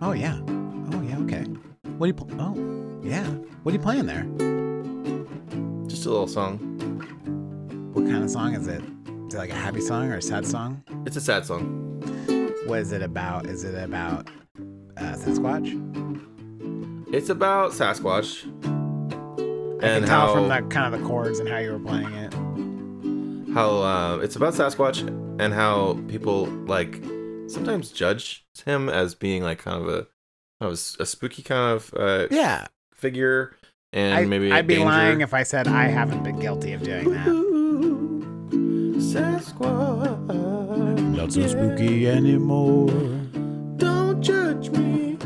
Oh yeah. Oh yeah. Okay. What are you? Pl- oh, yeah. What are you playing there? Just a little song. What kind of song is it? Is it like a happy song or a sad song? It's a sad song. What is it about? Is it about uh, Sasquatch? It's about Sasquatch. I can And tell how, from the kind of the chords and how you were playing it. how uh, it's about Sasquatch and how people like sometimes judge him as being like kind of a kind of a s- a, spooky kind of uh, Yeah, figure and I, maybe a I'd be danger. lying if I said I haven't been guilty of doing that. Sasquatch. anymore. Don't judge me.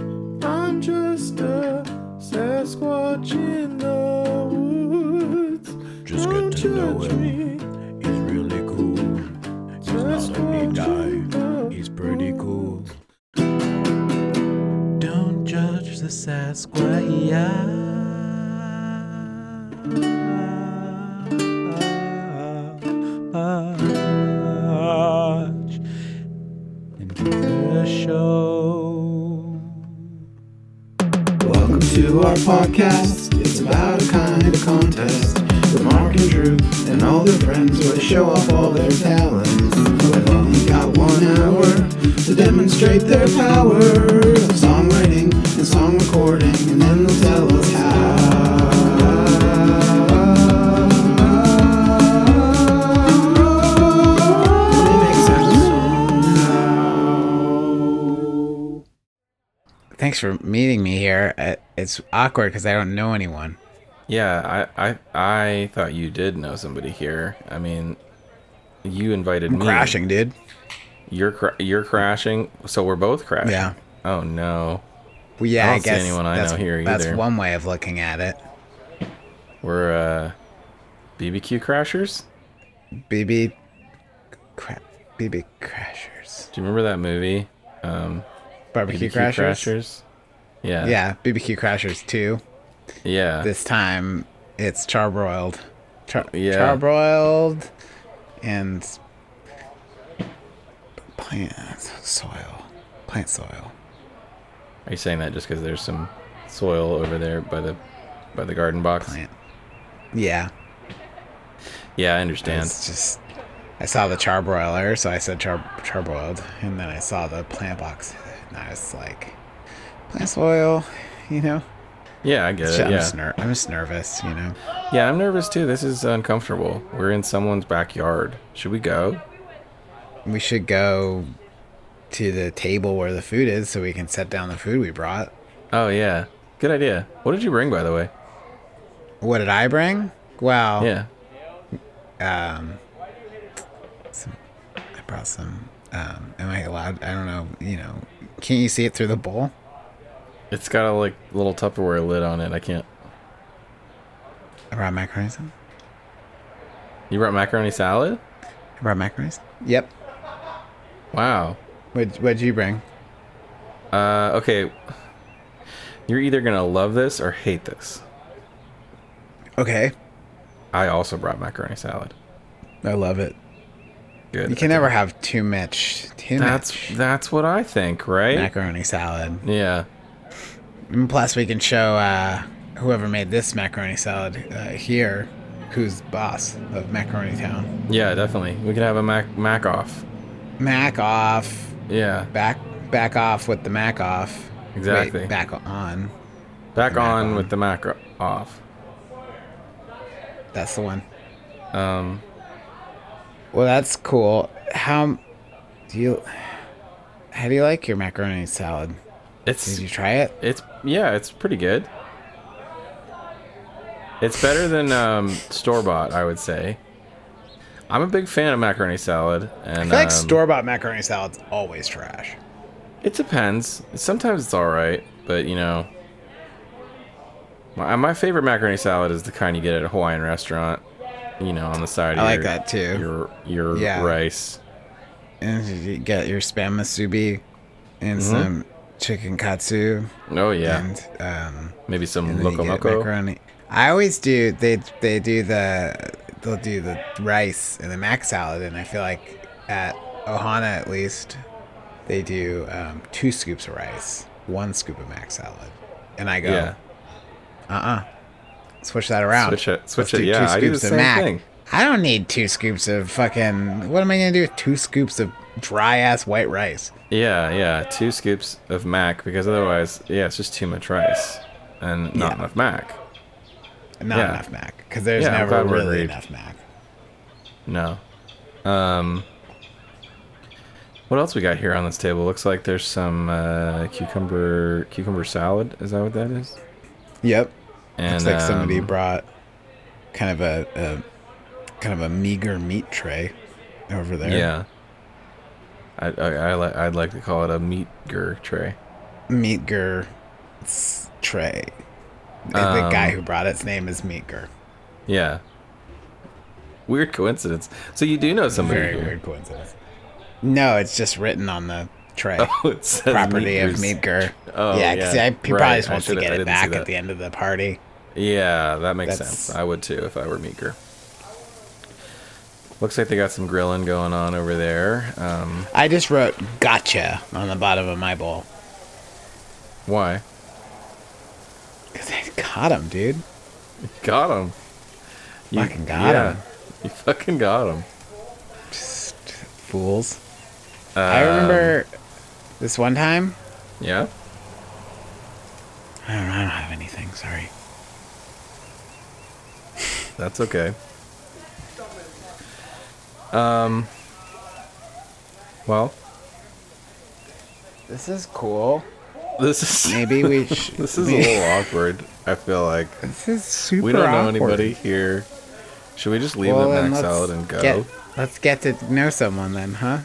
I'm just a Sasquatch in the woods. Just get to know him. He's really cool. He's not a neat guy. He's pretty cool. Don't judge the Sasquatch and the show. Welcome to our podcast. It's about a kind of contest with Mark and Drew and all their friends where they show off all their talents. They've only got one hour to demonstrate their power of songwriting and song recording, and then they'll tell us how. Thanks for meeting me here. Uh, It's awkward because I don't know anyone. Yeah, I, I I thought you did know somebody here. I mean, you invited me. Crashing, dude. You're cra- you're crashing. So we're both crashing. Yeah. Oh no. Well, yeah, I I, don't see guess anyone I that's, know here that's either. one way of looking at it. We're uh, BBQ crashers. BB, crap, BB crashers, Do you remember that movie? Um, barbecue crashers. Yeah. Yeah, BBQ crashers too. Yeah. This time it's charbroiled, Char- Yeah. charbroiled, and plant soil, plant soil. Are you saying that just because there's some soil over there by the by the garden box? Plant. Yeah, Yeah, I understand. it's just. I saw the charbroiler, so I said char charbroiled, and then I saw the plant box, and I was like, plant soil, you know. Yeah, I get Shit, it. I'm, Yeah. just ner- I'm just nervous, you know. Yeah, I'm nervous too. This is uncomfortable. We're in someone's backyard. Should we go? We should go to the table where the food is so we can set down the food we brought. Oh yeah. Good idea. What did you bring by the way? What did I bring? Well, Yeah. um, some, I brought some. Um, am I allowed? I don't know. You know, can you see it through the bowl? It's got a like little Tupperware lid on it. I can't I brought macaroni. sauce. You brought macaroni salad? I brought macaroni. sauce. Yep. Wow. What What'd you bring? Uh okay. You're either gonna love this or hate this. Okay, I also brought macaroni salad. I love it. Good. You can never have too much. Too That's much that's what I think, right? macaroni salad. yeah. And plus, we can show uh, whoever made this macaroni salad uh, here who's boss of Macaroni Town. Yeah, definitely. We could have a mac mac off. Mac off, Yeah. back back off with the mac off. Exactly. Wait, back on. Back mac on, on. with the mac o- off. That's the one. Um Well, that's cool. How do you? How do you like your macaroni salad? Did it's you try it? It's yeah, it's pretty good. It's better than um, store bought, I would say. I'm a big fan of macaroni salad, and I feel like um, store bought macaroni salad's always trash. It depends. Sometimes it's all right, but you know, my, my favorite macaroni salad is the kind you get at a Hawaiian restaurant. You know, on the side. I like of your, that too. Your your Yeah. rice. And you get your spam masubi and some chicken katsu Oh Mm-hmm. yeah, and um, maybe some and then you loco get moco. macaroni. I always do. They they do the they'll do the rice and the mac salad, and I feel like at Ohana at least they do um, two scoops of rice one scoop of mac salad, and I go, Yeah. uh, uh switch that around. Switch it- switch Let's do it, yeah, I do the of same thing. I don't need two scoops of fucking. What am I gonna do with two scoops of dry ass white rice? Yeah, yeah, two scoops of mac because otherwise, yeah, it's just too much rice and not Yeah. enough mac. Not Yeah. enough mac because there's Yeah, I'm never glad we're really agreed. enough mac. No. Um. What else we got here on this table? Looks like there's some uh, cucumber cucumber salad. Is that what that is? Yep, And it's like somebody um, brought kind of a, a kind of a meager meat tray over there. Yeah. I I, I li- I'd like to call it a meatger tray. Meatger s- tray. The the guy Um, who brought its name is Meatger. Yeah. Weird coincidence. So you do know somebody Very here. weird coincidence. No, it's just written on the tray. Oh, it says Property of Meatger's- Meatger. Oh, yeah, because yeah. he probably Right, just I wants to should've- get I it didn't see back that. at the end of the party. Yeah, that makes That's- sense. I would too if I were Meeker. Looks like they got some grilling going on over there. Um, I just wrote "gotcha" on the bottom of my bowl why? because I got him, dude. Got him. Fucking got him. You fucking got him. Just fools. I Um, remember this one time. Yeah. I don't, I don't have anything. Sorry. That's okay. Um, Um, well, This is cool. this is Maybe we. Sh- this is a we- little awkward. I feel like This is super. we don't know awkward. anybody here. Should we just leave Well, it then at Mac let's Salad and go? Get, let's get to know someone then, huh?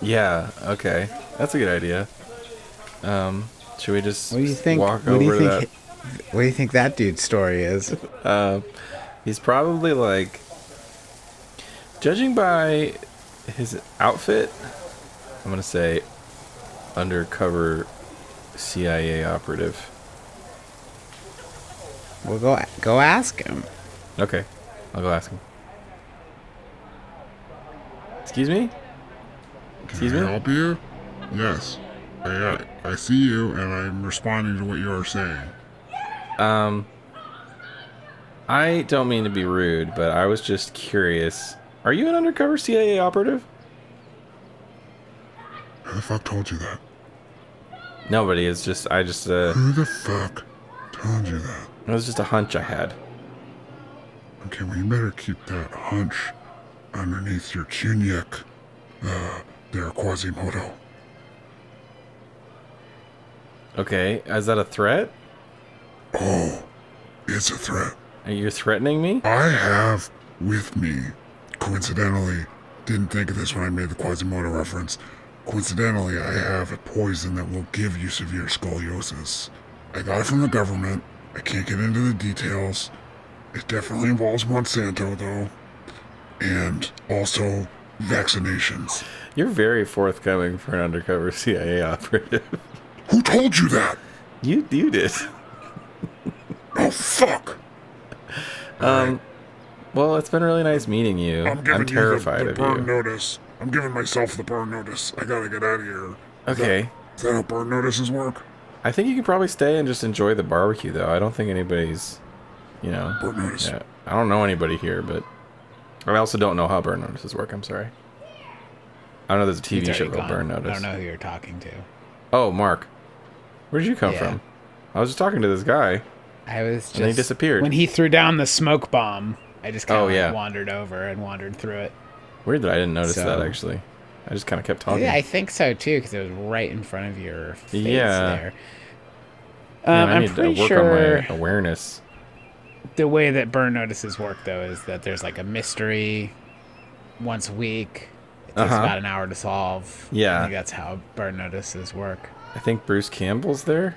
Yeah. Okay. That's a good idea. Um, should we just What do you think? walk what do you over to think? What do you think that dude's story is? that? Uh, he's probably like, judging by his outfit, I'm gonna say undercover CIA operative. Well, go go ask him. Okay, I'll go ask him. Excuse me. Excuse Can I me. help you? Yes. I, uh, I see you and I'm responding to what you are saying. Um, I don't mean to be rude, but I was just curious. Are you an undercover CIA operative? Who the fuck told you that? Nobody. It's just I just uh, Who the fuck told you that? it was just a hunch I had. Okay, well, you better keep that hunch underneath your chinyuk, uh, there, Quasimodo. Okay, is that a threat? Oh, it's a threat. Are you threatening me? I have with me, coincidentally, didn't think of this when I made the Quasimodo reference. Coincidentally, I have a poison that will give you severe scoliosis. I got it from the government. I can't get into the details. It definitely involves Monsanto, though, and also vaccinations. You're very forthcoming for an undercover CIA operative. Who told you that? you you did. Oh, fuck! Um, well, it's been really nice meeting you. I'm I'm, giving you terrified the, the of burn you. notice. I'm giving myself the burn notice. I gotta get out of here. okay, Is that how burn notices work? I think you could probably stay and just enjoy the barbecue, though. I don't think anybody's, you know, Burn notice. yeah, I don't know anybody here, but I also don't know how burn notices work. I'm sorry. I know there's a He's TV show already called gone. Burn Notice. I don't know who you're talking to. Oh, Mark. Where did you come Yeah. from? I was just talking to this guy. I was just And then he disappeared. when he threw down the smoke bomb. I just kind Oh, of like yeah. wandered over and wandered through it. Weird that I didn't notice that So- actually. I just kind of kept talking. Yeah, I think so too because it was right in front of your face Yeah. there. Man, Um, I I'm pretty to work sure on my awareness. the way that burn notices work though is that there's like a mystery once a week. It takes Uh-huh. about an hour to solve. Yeah. I think that's how burn notices work. I think Bruce Campbell's there.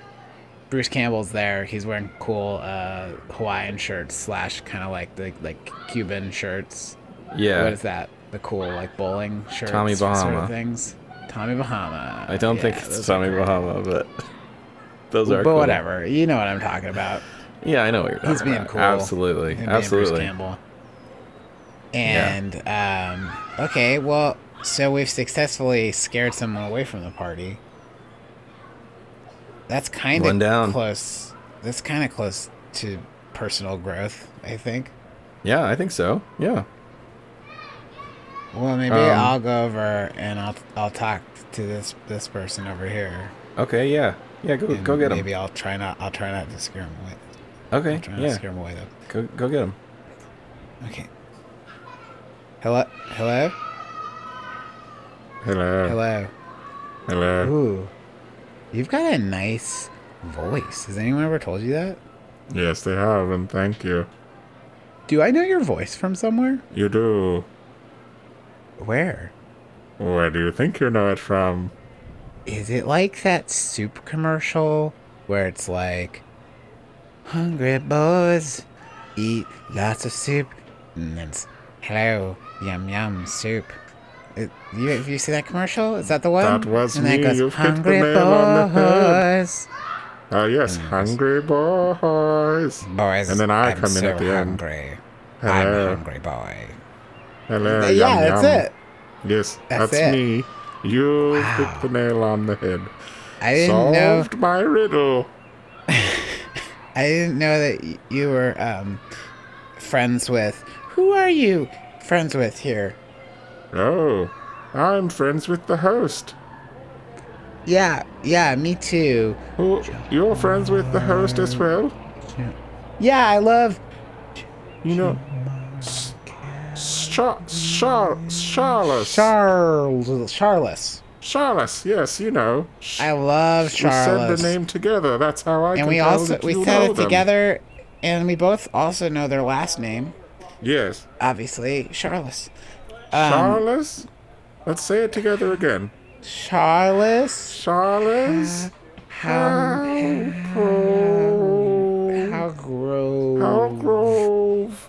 Bruce Campbell's there. He's wearing cool uh, Hawaiian shirts slash kind of like the like Cuban shirts. Yeah. What is that? The cool like bowling shirts. Tommy Sort Bahama. of things. Tommy Bahama. I don't Yeah, think it's those Tommy are- Bahama, but those are. But cool. whatever. You know what I'm talking about. Yeah, I know what you're talking He's being about. cool. Absolutely, Him being Bruce absolutely. Campbell. And um, okay, well, so we've successfully scared someone away from the party. That's kind One of down. close. That's kind of close to personal growth, I think. Yeah, I think so. Yeah. Well, maybe Um, I'll go over and I'll I'll talk to this this person over here. Okay. Yeah. Yeah. Go and go get Maybe him. I'll try not I'll try not to scare him away. Okay. I'll try not to Yeah. scare him away though. Go go get him. Okay. Hello, hello, Hello. hello. Hello. Ooh, you've got a nice voice. Has anyone ever told you that? Yes, they have, and thank you. Do I know your voice from somewhere? You do. Where? Where do you think you know it from? Is it like that soup commercial where it's like, hungry boys eat lots of soup, and then it's, hello, yum yum soup. It, you, have you see that commercial? Is that the one? That was and then it me. goes, You've hit the hungry nail on the head." boys, Oh yes, hungry boys. boys. And then I I'm come in so at the end. hungry. Hello. I'm hungry boy. Hello, yeah, yum, that's yum. it. Yes, That's that's, it. me. You Wow. hit the nail on the head. I didn't know. Solved my riddle. I didn't know that y- you were um, friends with. Who are you friends with here? Oh, I'm friends with the host. Yeah, yeah, me too. Who? You're friends with the host as well. Yeah, I love. You know, S- Sha Sha Charles. Charles. Charles. Charles. Yes, you know. Sh- I love we Charles. said the name together. That's how I. and can we tell also that we you said know it them. together, and we both also know their last name. Yes, Obviously, Charles. Um, Charles. Let's say it together again. Charles. Uh, Charles. How Grove. how Grove. How Grove.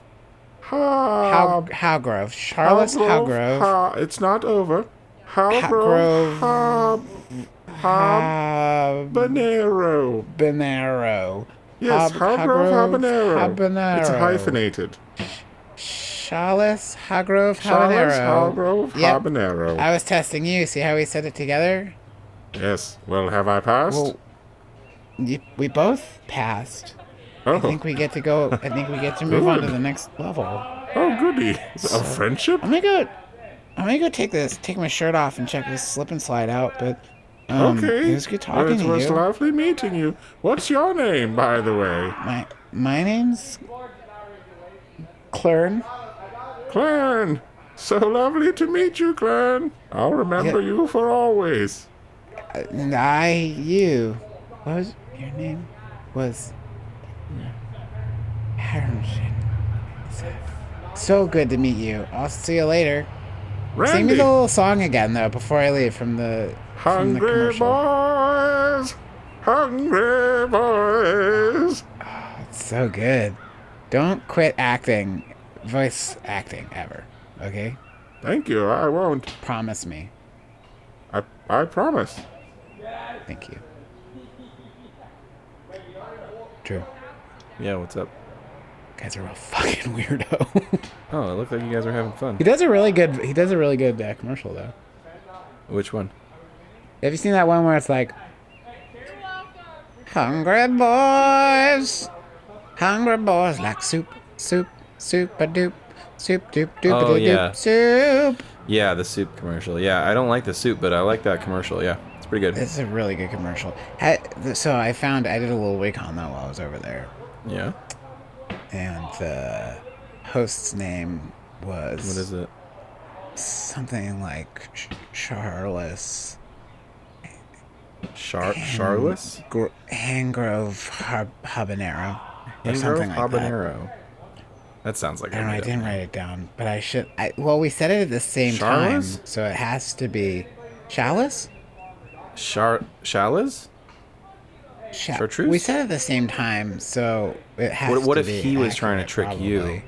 How How. Howgrove. Charles Howgrove. Ha, it's not over. How How Grove. Grove. Ha. Ha. Habanero. Habanero. Yes, Hab- Hagrove Hagrove Habanero. It's Habanero. hyphenated. Charles Howgrove Charles Habanero. Hagrove Yep. Habanero. I was testing you. See how we said it together? yes. Well, have I passed? Well, y- we both passed. oh. I think we get to go. I think we get to move on to the next level. I'm oh, goody. A friendship? gonna go. I'm gonna go take this. Take my shirt off and check this slip and slide out. But um, okay. it was good Well, talking it to was you. lovely meeting you. What's your name, by the way? my my name's Clern. Clan. So lovely to meet you, Clan. I'll remember Yeah. you for always. And I you. What was your name? Was Harrison. So good to meet you. I'll see you later. Sing me Randy, the little song again though before I leave from the from the hungry commercial. boys, hungry boys. So good. Don't quit acting, voice acting ever. Okay? Thank you. I won't. Promise me. I I promise. Thank you. True. Yeah. What's up? Guys are real fucking weirdo. Oh, it looked like you guys were having fun. he does a really good. He does a really good uh, commercial though. Which one? Have you seen that one where it's like, hungry boys, hungry boys like soup, soup, soup a doop, soup doop doop Oh, yeah. doop soup. Yeah, the soup commercial. Yeah, I don't like the soup, but I like that commercial. Yeah, it's pretty good. This is a really good commercial. Ha- th- So I found I did a little recon though while I was over there, yeah. and the host's name was What is it? something like Ch- Charles. Char Charles? Gr- Hangrove har- Habanero. Or something Hangrove like that. habanero. That. sounds like I a don't know. I made-up didn't name. write it down, but I should. I, well, we said it at the same Charles? time, so it has to be Chalice. Char Shalas? Sha- Chartreuse? We said it at the same time, so it has What, what to if be he was trying to accurate, trick you probably.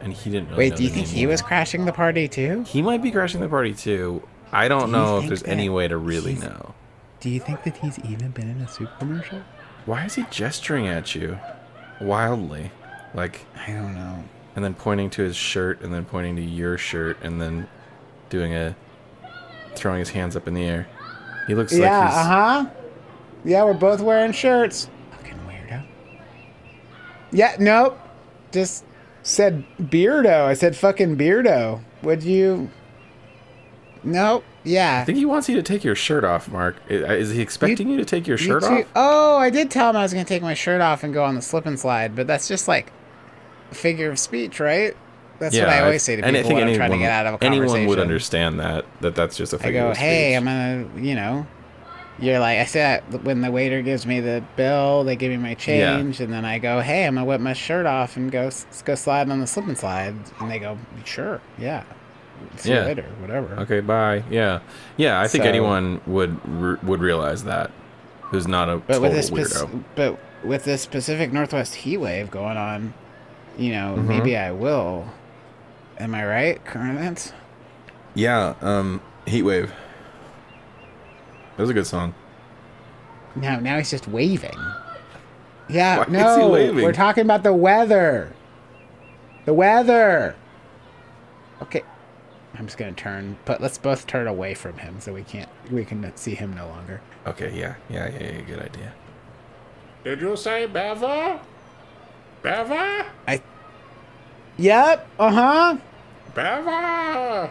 and he didn't really Wait, know do you the think name he either? was crashing the party too? He might be crashing the party too. I don't Do you know if think there's that any way to really he's- know. Do you think that he's even been in a soup commercial? Why is he gesturing at you wildly? Like, I don't know. and then pointing to his shirt and then pointing to your shirt and then doing a throwing his hands up in the air. He looks yeah, uh-huh. like he's uh huh. Yeah, we're both wearing shirts. Fucking weirdo. Yeah, nope. Just said beardo. I said fucking beardo. Would you? Nope. Yeah. I think he wants you to take your shirt off, Mark. I- Is he expecting you, to take your You shirt too- off? Oh, I did tell him I was going to take my shirt off and go on the slip and slide, but that's just like a figure of speech, right? That's what I always say to people and I think when I'm anyone, trying to get out of a conversation. anyone would understand that that that's just a I figure go, of hey, speech. I'm gonna, you know, you're like, I said when the waiter gives me the bill, they give me my change, and then I go, hey, I'm gonna whip my shirt off and go s- go slide on the slip and slide, and they go, sure, yeah, see Yeah. you later, whatever. okay, bye. Yeah, yeah. I think So- anyone would re- would realize that. Who's not a But total with this, weirdo? Pac- but with this Pacific Northwest heat wave going on, you know, Mm-hmm. maybe I will. Am I right, Kermit? Yeah, um, Heatwave. That was a good song. No, now he's just waving. Yeah, Why is he no, waving? we're talking about the weather. The weather. Okay, I'm just gonna turn, but let's both turn away from him so we can't we can see him no longer. Okay, yeah, yeah, yeah, yeah good idea. Did you say Beva? Beva? Yep. Uh huh. Beva!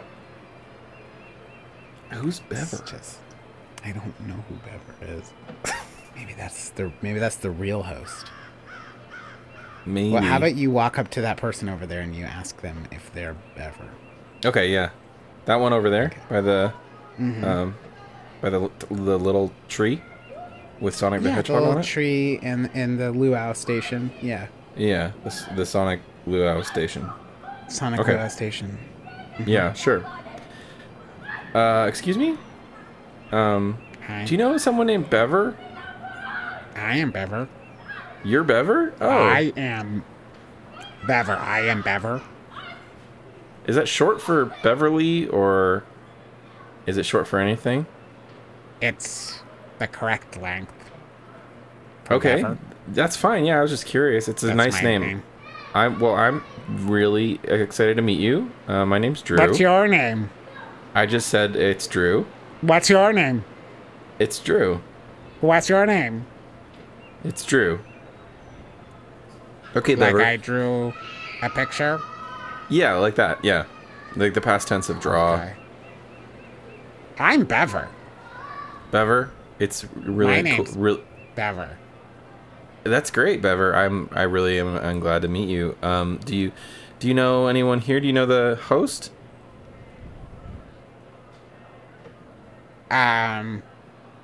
Who's It's Bever? just I don't know who Bever is. maybe that's the maybe that's the real host. Me. Well, how about you walk up to that person over there and you ask them if they're Bever? Okay, yeah, that one over there by the, Mm-hmm. um, by the the little tree, with Sonic the yeah, the Hedgehog on little it. tree and and the luau station. Yeah, Yeah, the, s- the Sonic Luau station. Mm-hmm. Sonic Okay. luau station. Yeah, sure. Uh, excuse me. Um, Hi. do you know someone named Bever? I am Bever. You're Bever? Oh, I am Bever. I am Bever. is that short for Beverly or is it short for anything? It's the correct length. Okay, Bever. that's fine. Yeah, I was just curious. It's a That's nice my name. I'm well. I'm really excited to meet you. Uh, my name's Drew. What's your name? I just said it's Drew. What's your name? It's Drew. What's your name? It's Drew. Okay, Like Bever. I drew a picture. Yeah, like that. Yeah, like the past tense of draw. Okay. I'm Bever. Bever, it's really My cool. name's- Re- Bever. that's great, Bever. I'm. I really am. I'm glad to meet you. Um, do you, do you know anyone here? Do you know the host? Um,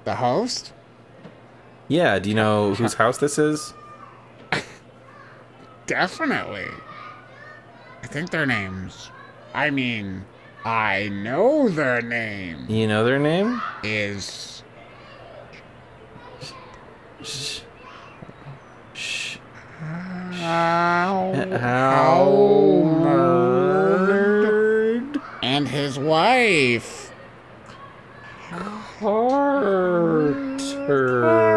the host. Yeah. Do you know whose house this is? Definitely. I think their names. I mean, I know their name You know their name? is. Shh. Shh. Howard and his wife.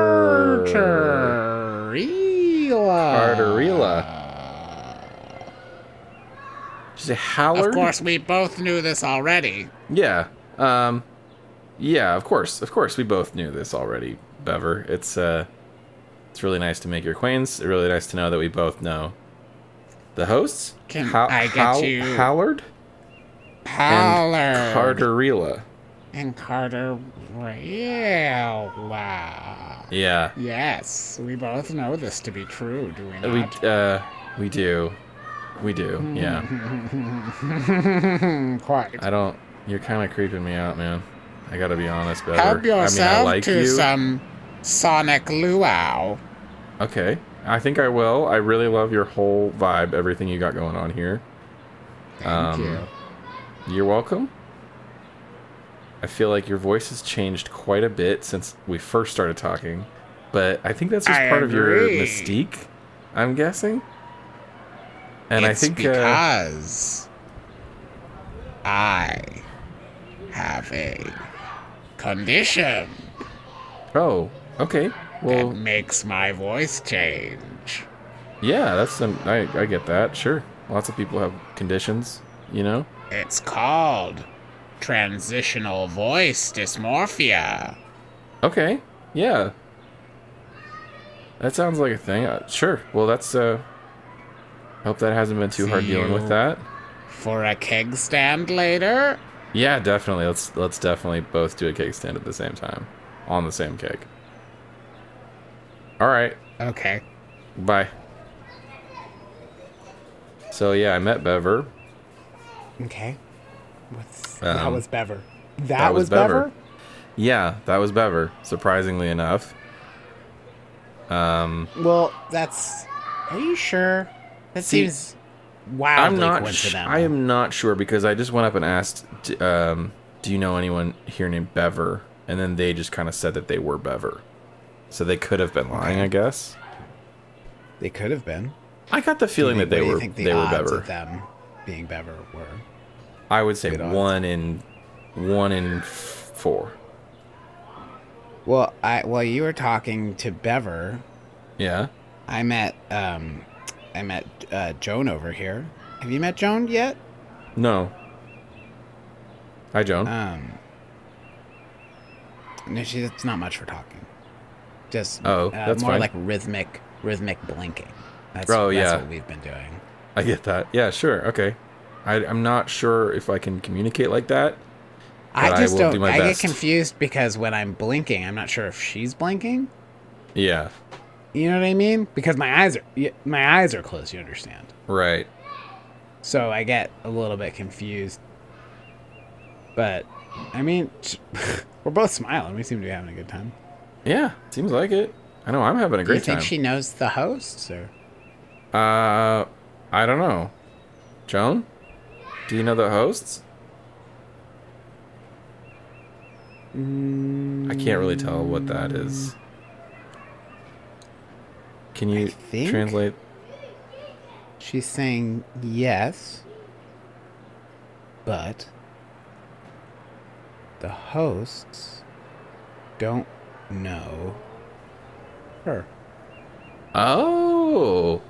Carter. Arterilla. Is it Of Howard? course, we both knew this already. Yeah. Um Yeah, of course. Of course we both knew this already, Bever. It's uh it's really nice to make your acquaintance. Really nice to know that we both know the hosts. Can I get you- Howard and Howard Carterilla. and Carter. Wow. Yeah. Yes, we both know this to be true, do we We not? uh we do. We do. Yeah. Quite. I don't you're kind of creeping me out, man. I got to be honest, Bever. Help yourself I mean, I like to you. some Sonic Luau. Okay. I think I will. I really love your whole vibe, everything you got going on here. Thank Um, you. You're welcome. I feel like your voice has changed quite a bit since we first started talking, but I think that's just I part of your agree. mystique, I'm guessing. And It's I think uh, because I have a condition oh, okay. that Well, makes my voice change. yeah, that's some I I get that. Sure. Lots of people have conditions, you know? It's called transitional voice dysmorphia. Okay. Yeah. That sounds like a thing. Uh, sure. Well, that's. uh Hope that hasn't been too hard See dealing with you. that. For a keg stand later? Yeah, definitely. Let's let's definitely both do a cake stand at the same time, on the same cake. All right. Okay. Bye. So yeah, I met Bever. Okay. What's, that Um, was Bever. That, that was was Bever? Bever. Yeah, that was Bever. Surprisingly enough. Um, Well, that's. Are you sure? That See, seems wildly I'm not. Sh- coincidental. I am not sure because I just went up and asked, d- um, "Do you know anyone here named Bever?" And then they just kind of said that they were Bever, so they could have been lying, I guess. They could have been. I got the feeling that What they do you were think the they were odds Bever. Of them being Bever were. I would say Good odds. one in one in f- four. Well, I well you were talking to Bever. Yeah. I met um, I met uh, Joan over here. Have you met Joan yet? No. Hi, Joan. Um, no, she, it's not much for talking. Just uh, Oh, that's more fine. like rhythmic, rhythmic blinking. That's, Oh, that's yeah. what we've been doing. I get that. Yeah, sure. Okay. I, I'm not sure if I can communicate like that. But I I just will don't. do my I best. get confused because when I'm blinking, I'm not sure if she's blinking. Yeah. You know what I mean? Because my eyes are y- my eyes are closed. You understand? Right. So I get a little bit confused. But I mean, we're both smiling. We seem to be having a good time. Yeah. Seems like it. I know I'm having a Do you great think time. she knows the hosts or? uh, I don't know. Joan, do you know the hosts? Mm. I can't really tell what that is. Can you think- translate? She's saying yes, but the hosts don't know her. Oh,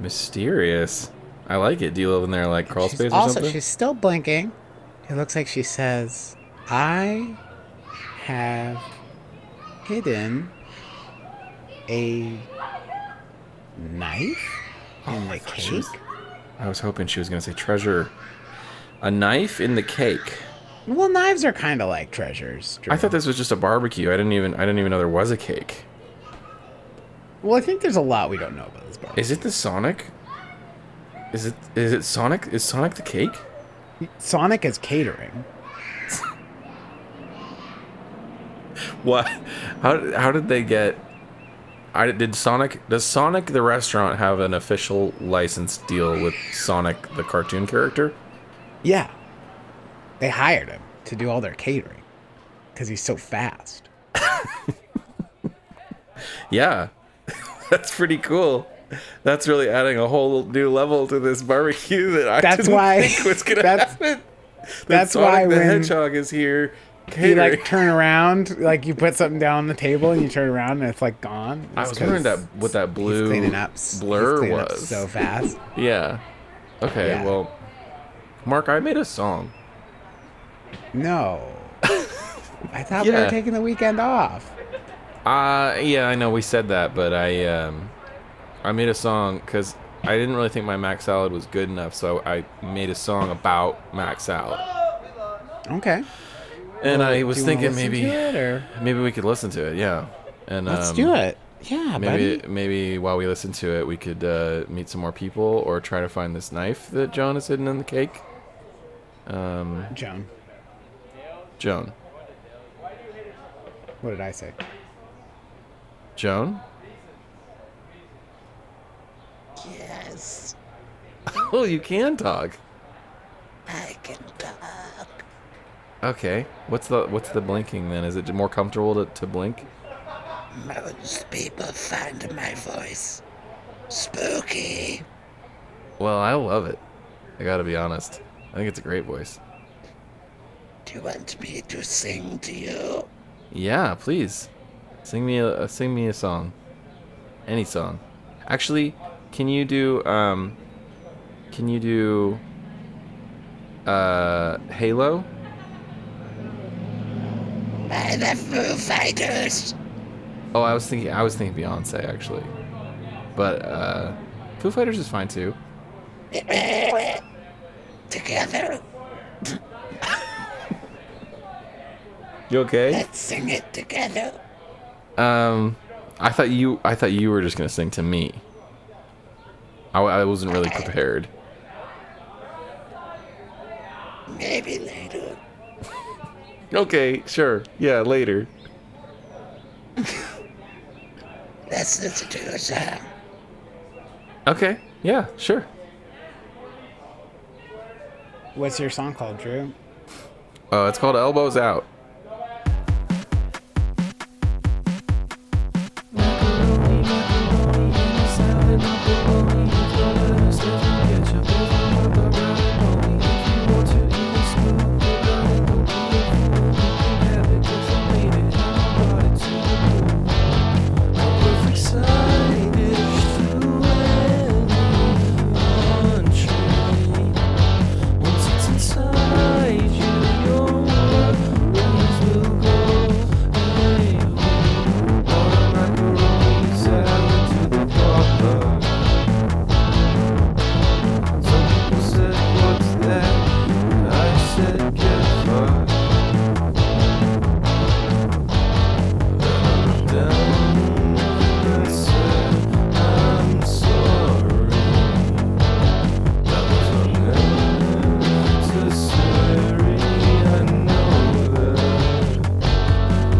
mysterious. I like it. Do you live in there like crawl she's space or also, something? she's still blinking. It looks like she says, I have hidden a knife Oh, in the cake. she was- I was hoping she was gonna say treasure. A knife in the cake. Well, knives are kind of like treasures. I thought this was just a barbecue. I didn't even I didn't even know there was a cake. Well, I think there's a lot we don't know about this bar. Is it the Sonic? Is it is it Sonic? Is Sonic the cake? Sonic is catering. What? How how did they get? I did Sonic. Does Sonic the restaurant have an official license deal with Sonic the cartoon character? Yeah. They hired him to do all their catering because he's so fast. Yeah, that's pretty cool. That's really adding a whole new level to this barbecue that I That's didn't why- think was gonna that's- happen. That that's Sonic why the when Hedgehog is here. You catering. like turn around, like you put something down on the table and you turn around and it's like gone. I It's was wondering 'cause that what that he's blue cleaning up, s- he's blur cleaning up was. so fast. Yeah. Okay. Yeah. Well, Mark, I made a song. No. I thought we Yeah. were taking the weekend off. Uh yeah, I know we said that, but I um I made a song cuz I didn't really think my Mac salad was good enough, so I made a song about Mac salad. Okay. And I Do was you wanna thinking listen maybe um, to it, or- maybe we could listen to it, yeah. And Let's um, do it. Yeah, Maybe buddy. maybe while we listen to it, we could uh, meet some more people or try to find this knife that John is hidden in the cake. Um, Joan, Joan, what did I say? Joan. Yes. Oh, you can talk. I can talk. Okay. What's the what's the blinking then? Is it more comfortable to, to blink? Most people find my voice spooky. Well, I love it. I gotta be honest. I think it's a great voice. Do you want me to sing to you? Yeah, please. Sing me a, a sing me a song. Any song. Actually, can you do um can you do uh Halo? By the Foo Fighters. Oh, I was thinking I was thinking Beyonce actually, but uh, Foo Fighters is fine too. Together, You okay? let's sing it together. Um, I thought you I thought you were just gonna sing to me. I, I wasn't really prepared. Maybe later. Okay, sure. Yeah, later. Let's listen to a song. Okay. Yeah, sure. What's your song called, Drew? Uh, it's called Elbows Out. Inside you, your worries will go away. I know that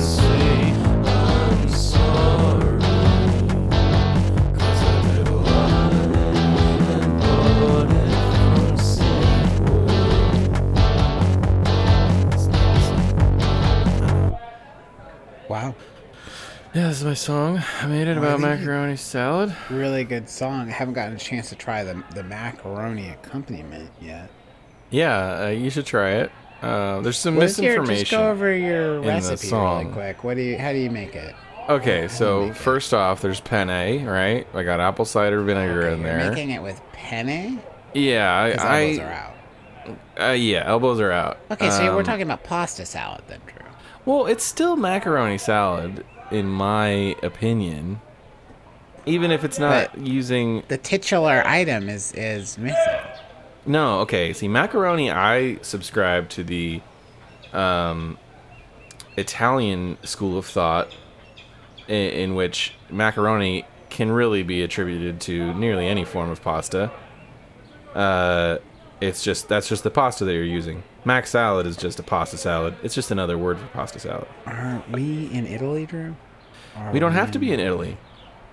Say I'm sorry, cause I did a lot and bought it from Wow. Yeah, this is my song. I made it about macaroni salad. Really good song. I haven't gotten a chance to try the, the macaroni accompaniment yet. Yeah, uh, you should try it. Uh, there's some Well, let's hear- misinformation. Just go over your the recipe really song. quick. What do you? How do you make it? Okay, so first off, there's penne, right? I got apple cider vinegar in You're there. making it with penne. yeah, His I, elbows are out. I uh, yeah, elbows are out. Okay, so we're Um, talking about pasta salad then, Drew. Well, it's still macaroni salad, in my opinion. Even if it's not using The titular item is is missing. No, okay. See, macaroni, I subscribe to the um, Italian school of thought in, in which macaroni can really be attributed to nearly any form of pasta. Uh, it's just that's just the pasta that you're using. Mac salad is just a pasta salad. It's just another word for pasta salad. Aren't we in Italy, Drew? Are We don't have to be in Italy.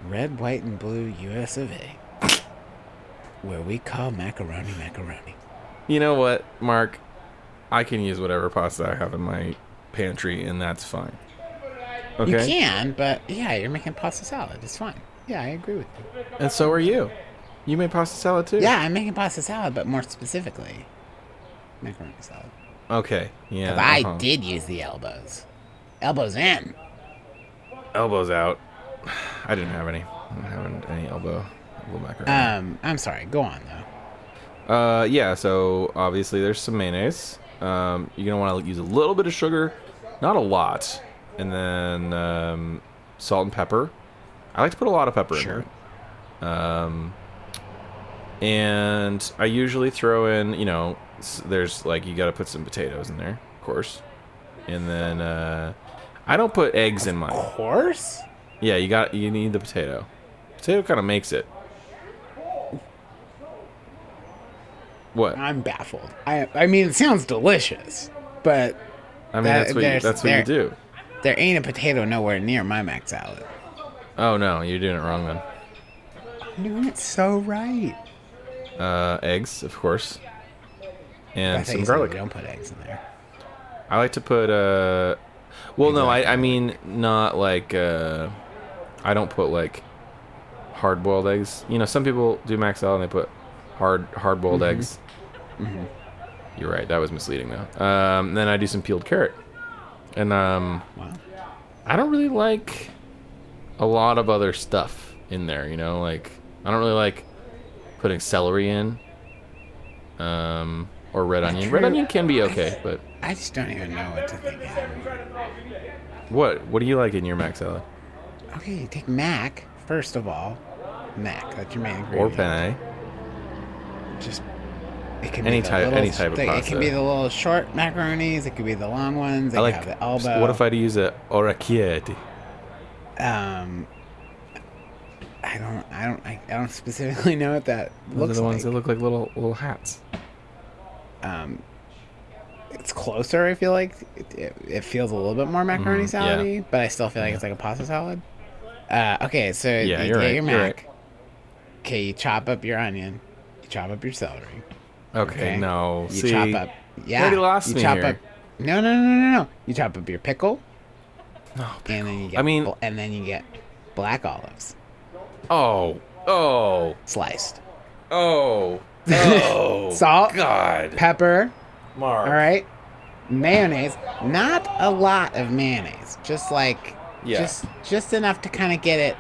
red, white, and blue U.S. of A. Where we call macaroni macaroni. You know what, Mark? I can use whatever pasta I have in my pantry, and that's fine. Okay. You can, but yeah, you're making pasta salad. It's fine. Yeah, I agree with you. And so are you. You made pasta salad too. Yeah, I'm making pasta salad, but more specifically, macaroni salad. Okay. Yeah. But I uh-huh. did use the elbows. Elbows in. elbows out. I didn't have any. I didn't have any elbow. elbow macaroni. Um, I'm sorry. Go on though. Uh, yeah. So obviously there's some mayonnaise. Um, you're gonna want to use a little bit of sugar, not a lot, and then um, salt and pepper. I like to put a lot of pepper in Sure. there. Um, and I usually throw in, you know, s- there's like you got to put some potatoes in there, of course, and then uh, I don't put eggs in mine. Horse? Yeah, you got you need the potato. Potato kind of makes it. What? I'm baffled. I I mean, it sounds delicious, but I that- mean, that's what you, there's- that's what you do. there ain't a potato nowhere near my mac salad. Oh no, you're doing it wrong then. I'm doing it so right. Uh, eggs, of course, I and thought you some said garlic. you Don't put eggs in there. I like to put uh, well, no, I I mean not like uh, I don't put like hard boiled eggs. You know, some people do max out and they put hard hard boiled Mm-hmm. eggs. You're right. That was misleading though. Um, then I do some peeled carrot, and um, Wow. I don't really like a lot of other stuff in there, you know, like I don't really like putting celery in. Um or red onion. Red true. onion can be okay, but I just don't even know what to think. anymore. what what do you like in your mac salad? Okay, you take mac first of all. Mac, that's your main Or ingredient. penne. Just it can Any be the type- little any type of thing- It pasta. can be the little short macaronis. It could be the long ones. It I could like have the elbow. What if I use a orecchiette? Um, I don't. I don't. I, I don't specifically know what that Those are looks the ones like. that look like little little hats. um, it's closer. I feel like it, it, it feels a little bit more macaroni Mhm, yeah. salad salady, but I still feel like it's like a pasta salad. Uh, okay, so Yeah, you you're get right, your you're mac. Okay, you chop up your onion. You chop up your celery. Okay, Okay. no. You see, chop up. Yeah. already lost you me chop here. up. No, no, no, no, no. You chop up your pickle, No. and then you get. Oh, I mean- bl- and then you get black olives Oh. Oh. sliced, Oh. Oh. Salt. God. pepper, Mark. All right. Mayonnaise, not a lot of mayonnaise, just like Yeah. just just enough to kind of get it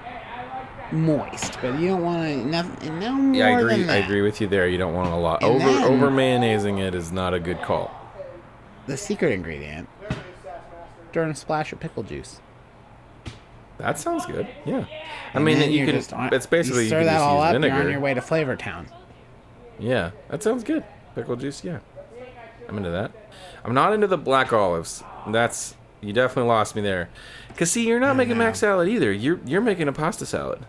moist, but you don't want to nothing no more Yeah, I agree. than I that. agree with you there. You don't want a lot. And over then- over mayonnaising it is not a good call. The secret ingredient: throw in a splash of pickle juice. That sounds good. Yeah. I And mean, then you you're can. just on- it's basically you you stir can that just all use up. vinegar. You're on your way to Flavor Town. Yeah, that sounds good. Pickle juice. Yeah, I'm into that. I'm not into the black olives. That's you definitely lost me there. Cause see, you're not making mac salad either. You're you're making a pasta salad.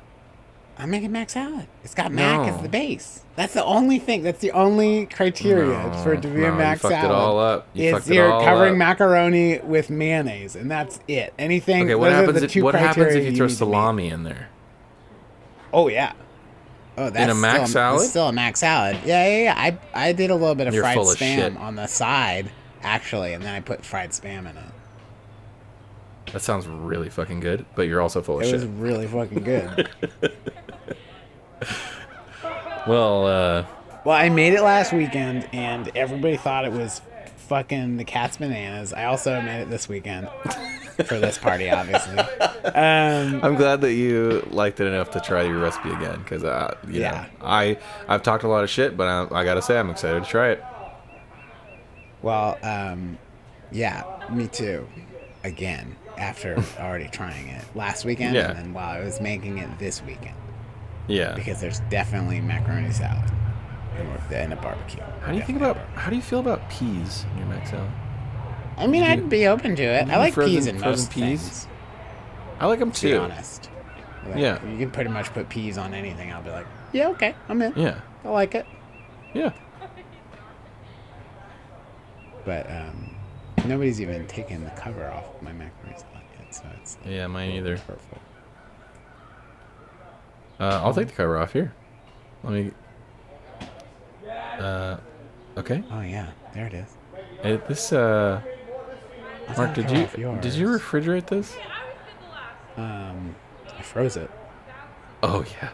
I'm making mac salad. It's got mac No. as the base. That's the only thing. That's the only criteria for it to be Oh, no, a you mac fucked it salad. all up. You is fucked it you're all covering up. macaroni with mayonnaise, and that's it. Anything. Okay, what those are happens the if two what happens criteria if you throw need to meet. salami in there? Oh yeah. Oh, that's a mac still, salad? It's still a mac salad. Yeah, yeah, yeah. I I did a little bit of You're fried full of spam shit. on the side actually, and then I put fried spam in it. That sounds really fucking good, but you're also full of It shit. was really fucking good. Well, uh, well, I made it last weekend, and everybody thought it was fucking the cat's bananas. I also made it this weekend for this party, obviously. Um, I'm glad that you liked it enough to try your recipe again, because uh, you Yeah. know, I I've talked a lot of shit, but I, I gotta say I'm excited to try it. well, um, yeah, me too. Again, after already trying it last weekend, Yeah. and then while I was making it this weekend. Yeah. because there's definitely macaroni salad and, we're- and a barbecue. How do you think about how do you feel about peas in your mac salad? I mean, I'd be open to it. I like frozen- peas in most frozen peas? things. I like them To be too. honest, Like, Yeah. you can pretty much put peas on anything. I'll be like, yeah, okay, I'm in. Yeah, I like it. yeah. But um, nobody's even taken the cover off my macaroni salad yet, so it's like, Yeah, mine either. hurtful. Uh, I'll take the cover off here. Let me. Uh, okay. Oh yeah, there it is. Uh, this uh, I'll Mark, take did the you cover off did you yours. refrigerate this? um, I froze it. Oh yeah.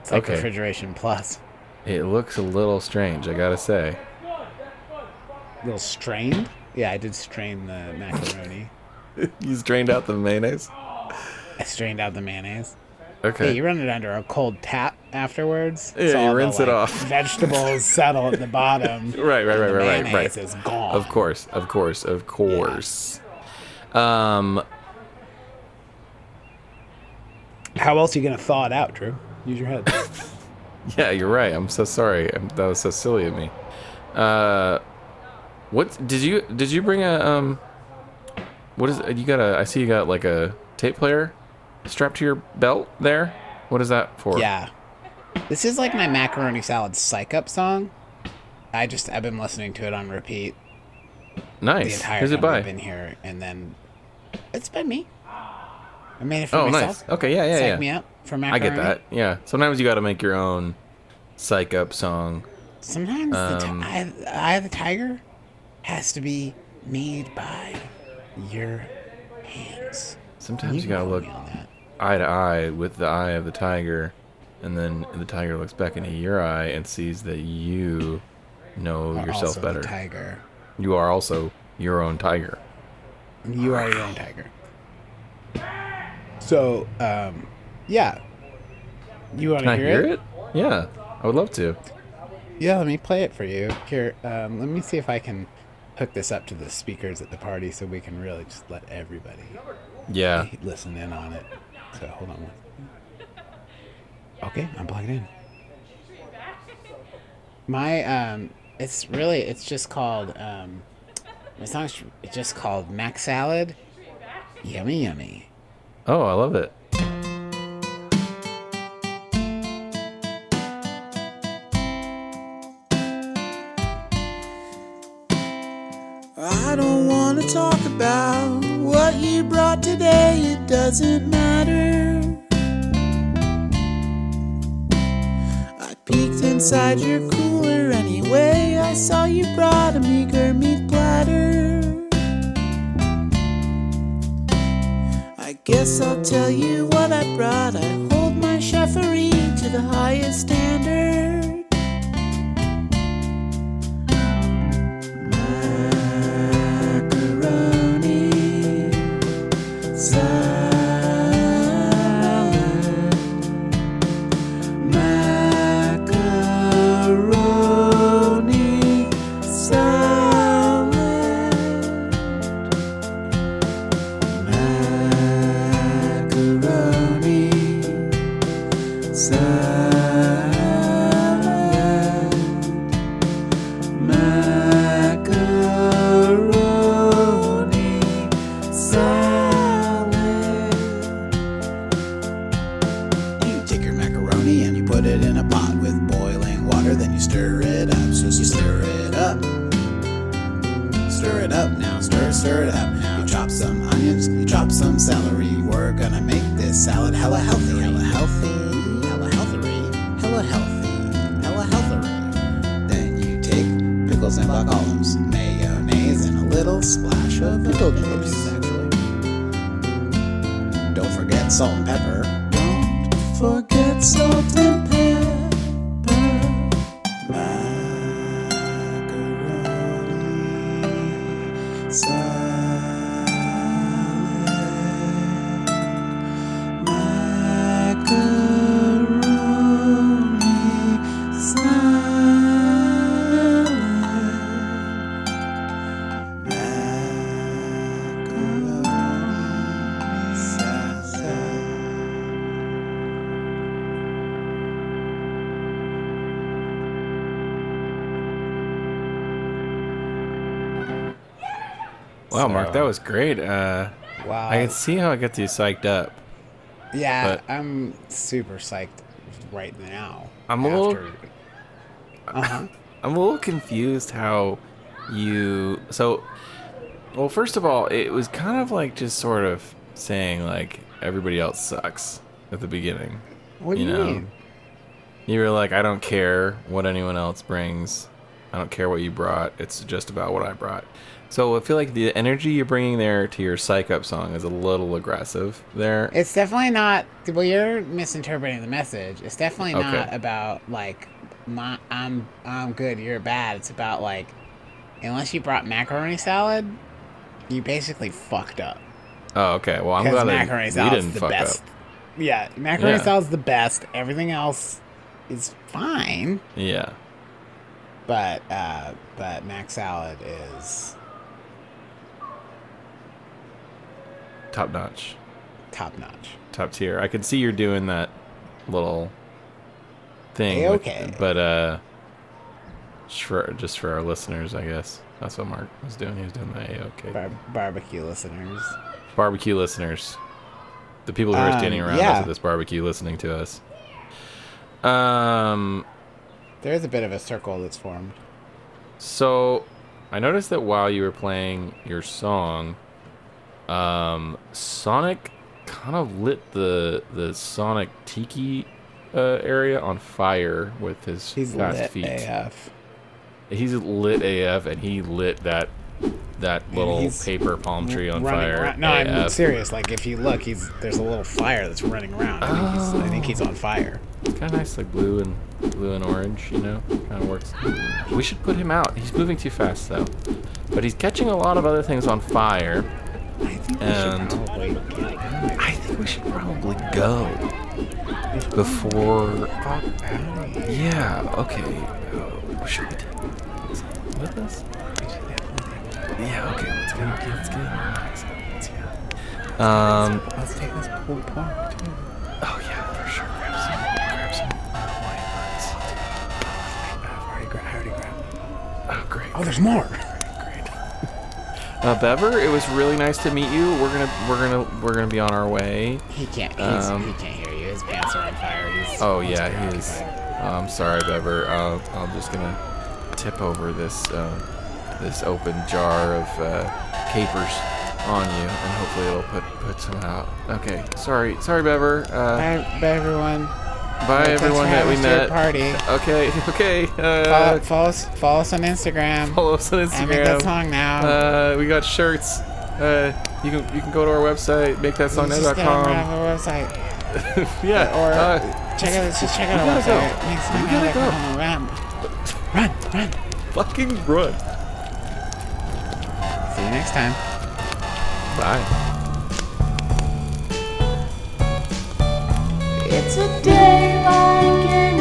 It's like Okay. refrigeration plus. It looks a little strange, I gotta say. A little strained. Yeah, I did strain the macaroni. You drained out the mayonnaise. I strained out the mayonnaise. Yeah, Okay. you run it under a cold tap afterwards. Yeah, you all the, rinse it like, off. Vegetables settle at the bottom. right, right, right, the right, right, mayonnaise right. is gone. Of course, of course, of course. Um, How else are you gonna thaw it out, Drew? Use your head. yeah, you're right. I'm so sorry. Um that was so silly of me. Uh, what did you did you bring a um? What is you got a? I see you got like a tape player strapped to your belt there. What is that for? yeah. This is like my macaroni salad psych up song. I just I've been listening to it on repeat the Nice. entire Who's it time by? I've been here, and then it's been me. I made it for Oh, myself. nice. Okay, yeah, yeah, Psych yeah. me up for I get macaroni. that. Yeah. Sometimes you got to make your own psych up song. Sometimes the Um, ti- eye, eye of the tiger has to be made by your hands. Sometimes you, can gotta look quote me on that. eye to eye with the eye of the tiger, and then the tiger looks back into your eye and sees that you know Are yourself also the better. tiger. you are also your own tiger. You are your own tiger. So, um, yeah. You want Can to I hear, hear it? Yeah, I would love to. Yeah, let me play it for you. Here, um, let me see if I can hook this up to the speakers at the party so we can really just let everybody Yeah. listen in on it. So hold on one. Okay, I'm plugged in. My um, it's really it's just called um, my song's it's just called Mac Salad. Yummy, yummy. Oh, I love it. I don't want to talk about what you brought today, it doesn't matter. I peeked inside your cooler anyway, I saw you brought a meager meat platter. I guess I'll tell you what I brought, I hold my chefery to the highest standard. Macaroni salad. Macaroni salad. Macaroni salad. Macaroni salad. You take your macaroni and you put it in a pot with boiling water, then you stir it up. So you stir it up. Stir it up now, stir, stir it up now. You chop some onions, you chop some celery. We're gonna make this salad hella healthy, hella healthy, hella healthery, hella healthy, hella healthery. Then you take pickles and black olives, mayonnaise, and a little splash of pickle juice. Actually, don't forget salt and pepper. Don't forget salt and pepper. Macaroni salad. Macaroni salad. Macaroni salad. Wow, Mark, that was great. Uh, Wow. I can see how I got you psyched up. yeah, but- I'm super psyched right now. I'm a little- Uh huh. I'm a little confused how you so well first of all it was kind of like just sort of saying like everybody else sucks at the beginning What do you you, know mean? you were like I don't care what anyone else brings I don't care what you brought it's just about what I brought so I feel like the energy you're bringing there to your psych up song is a little aggressive there It's definitely not. Well, you're misinterpreting the message. It's definitely Okay. not about like my I'm I'm good, you're bad. It's about like unless you brought macaroni salad, you basically fucked up. Oh, okay. Well, I'm Because glad macaroni that we salad's didn't the fuck best. up. Yeah, macaroni Yeah. salad's the best. Everything else is fine, Yeah. but uh, but mac salad is Top notch. top notch. Top tier. I can see you're doing that little thing. with- A-okay. but uh just for just for our listeners, I guess. That's what Mark was doing. He was doing the AOK. Bar- barbecue listeners. barbecue listeners, the people who are Um, standing around us yeah. at this barbecue listening to us. Um, There is a bit of a circle that's formed. so I noticed that while you were playing your song, um, Sonic kind of lit the the Sonic Tiki uh, area on fire with his He's fast lit feet. AF. He's lit AF, and he lit that that little he's paper palm tree on running fire. around. No, I'm AF. serious. Like if you look, he's there's a little fire that's running around. I think he's, I think he's on fire. kind of nice like blue and blue and orange you know kind of works we should put him out he's moving too fast though but he's catching a lot of other things on fire I think we And- should probably get him i think we should probably go before the fuck out of here. yeah okay uh, should we take is he with us yeah okay let's go let's go let's go um Let's take this pulled pork too. oh yeah for sure grab some grab some white I've already gra- I already grabbed. it. buns. oh great Oh, there's more. Uh, Bever, it was really nice to meet you. We're gonna we're gonna we're gonna be on our way. He can't. He's, Um, he can't hear you. His pants are on fire. He's, Oh he's yeah, he is. Oh, preoccupied. I'm sorry, Bever. Uh, I'm just gonna tip over this uh, this open jar of uh, capers on you, and hopefully it'll put put some out. Okay, sorry, sorry, Bever. Uh, Bye, bye, everyone. bye Thanks for everyone that having we us to your met. Party. Okay, okay. Follow, Uh, follow, us, follow us on Instagram. follow us on I make that Instagram. song now. Uh, we got shirts. Uh, you can you can go to our website, Just get on makethatsongnow.com. our website. Yeah. Or uh, check out just check out we our gotta go. website. Makes We gotta go. go. Run, run, run. fucking run. See you next time. Bye. It's a day like any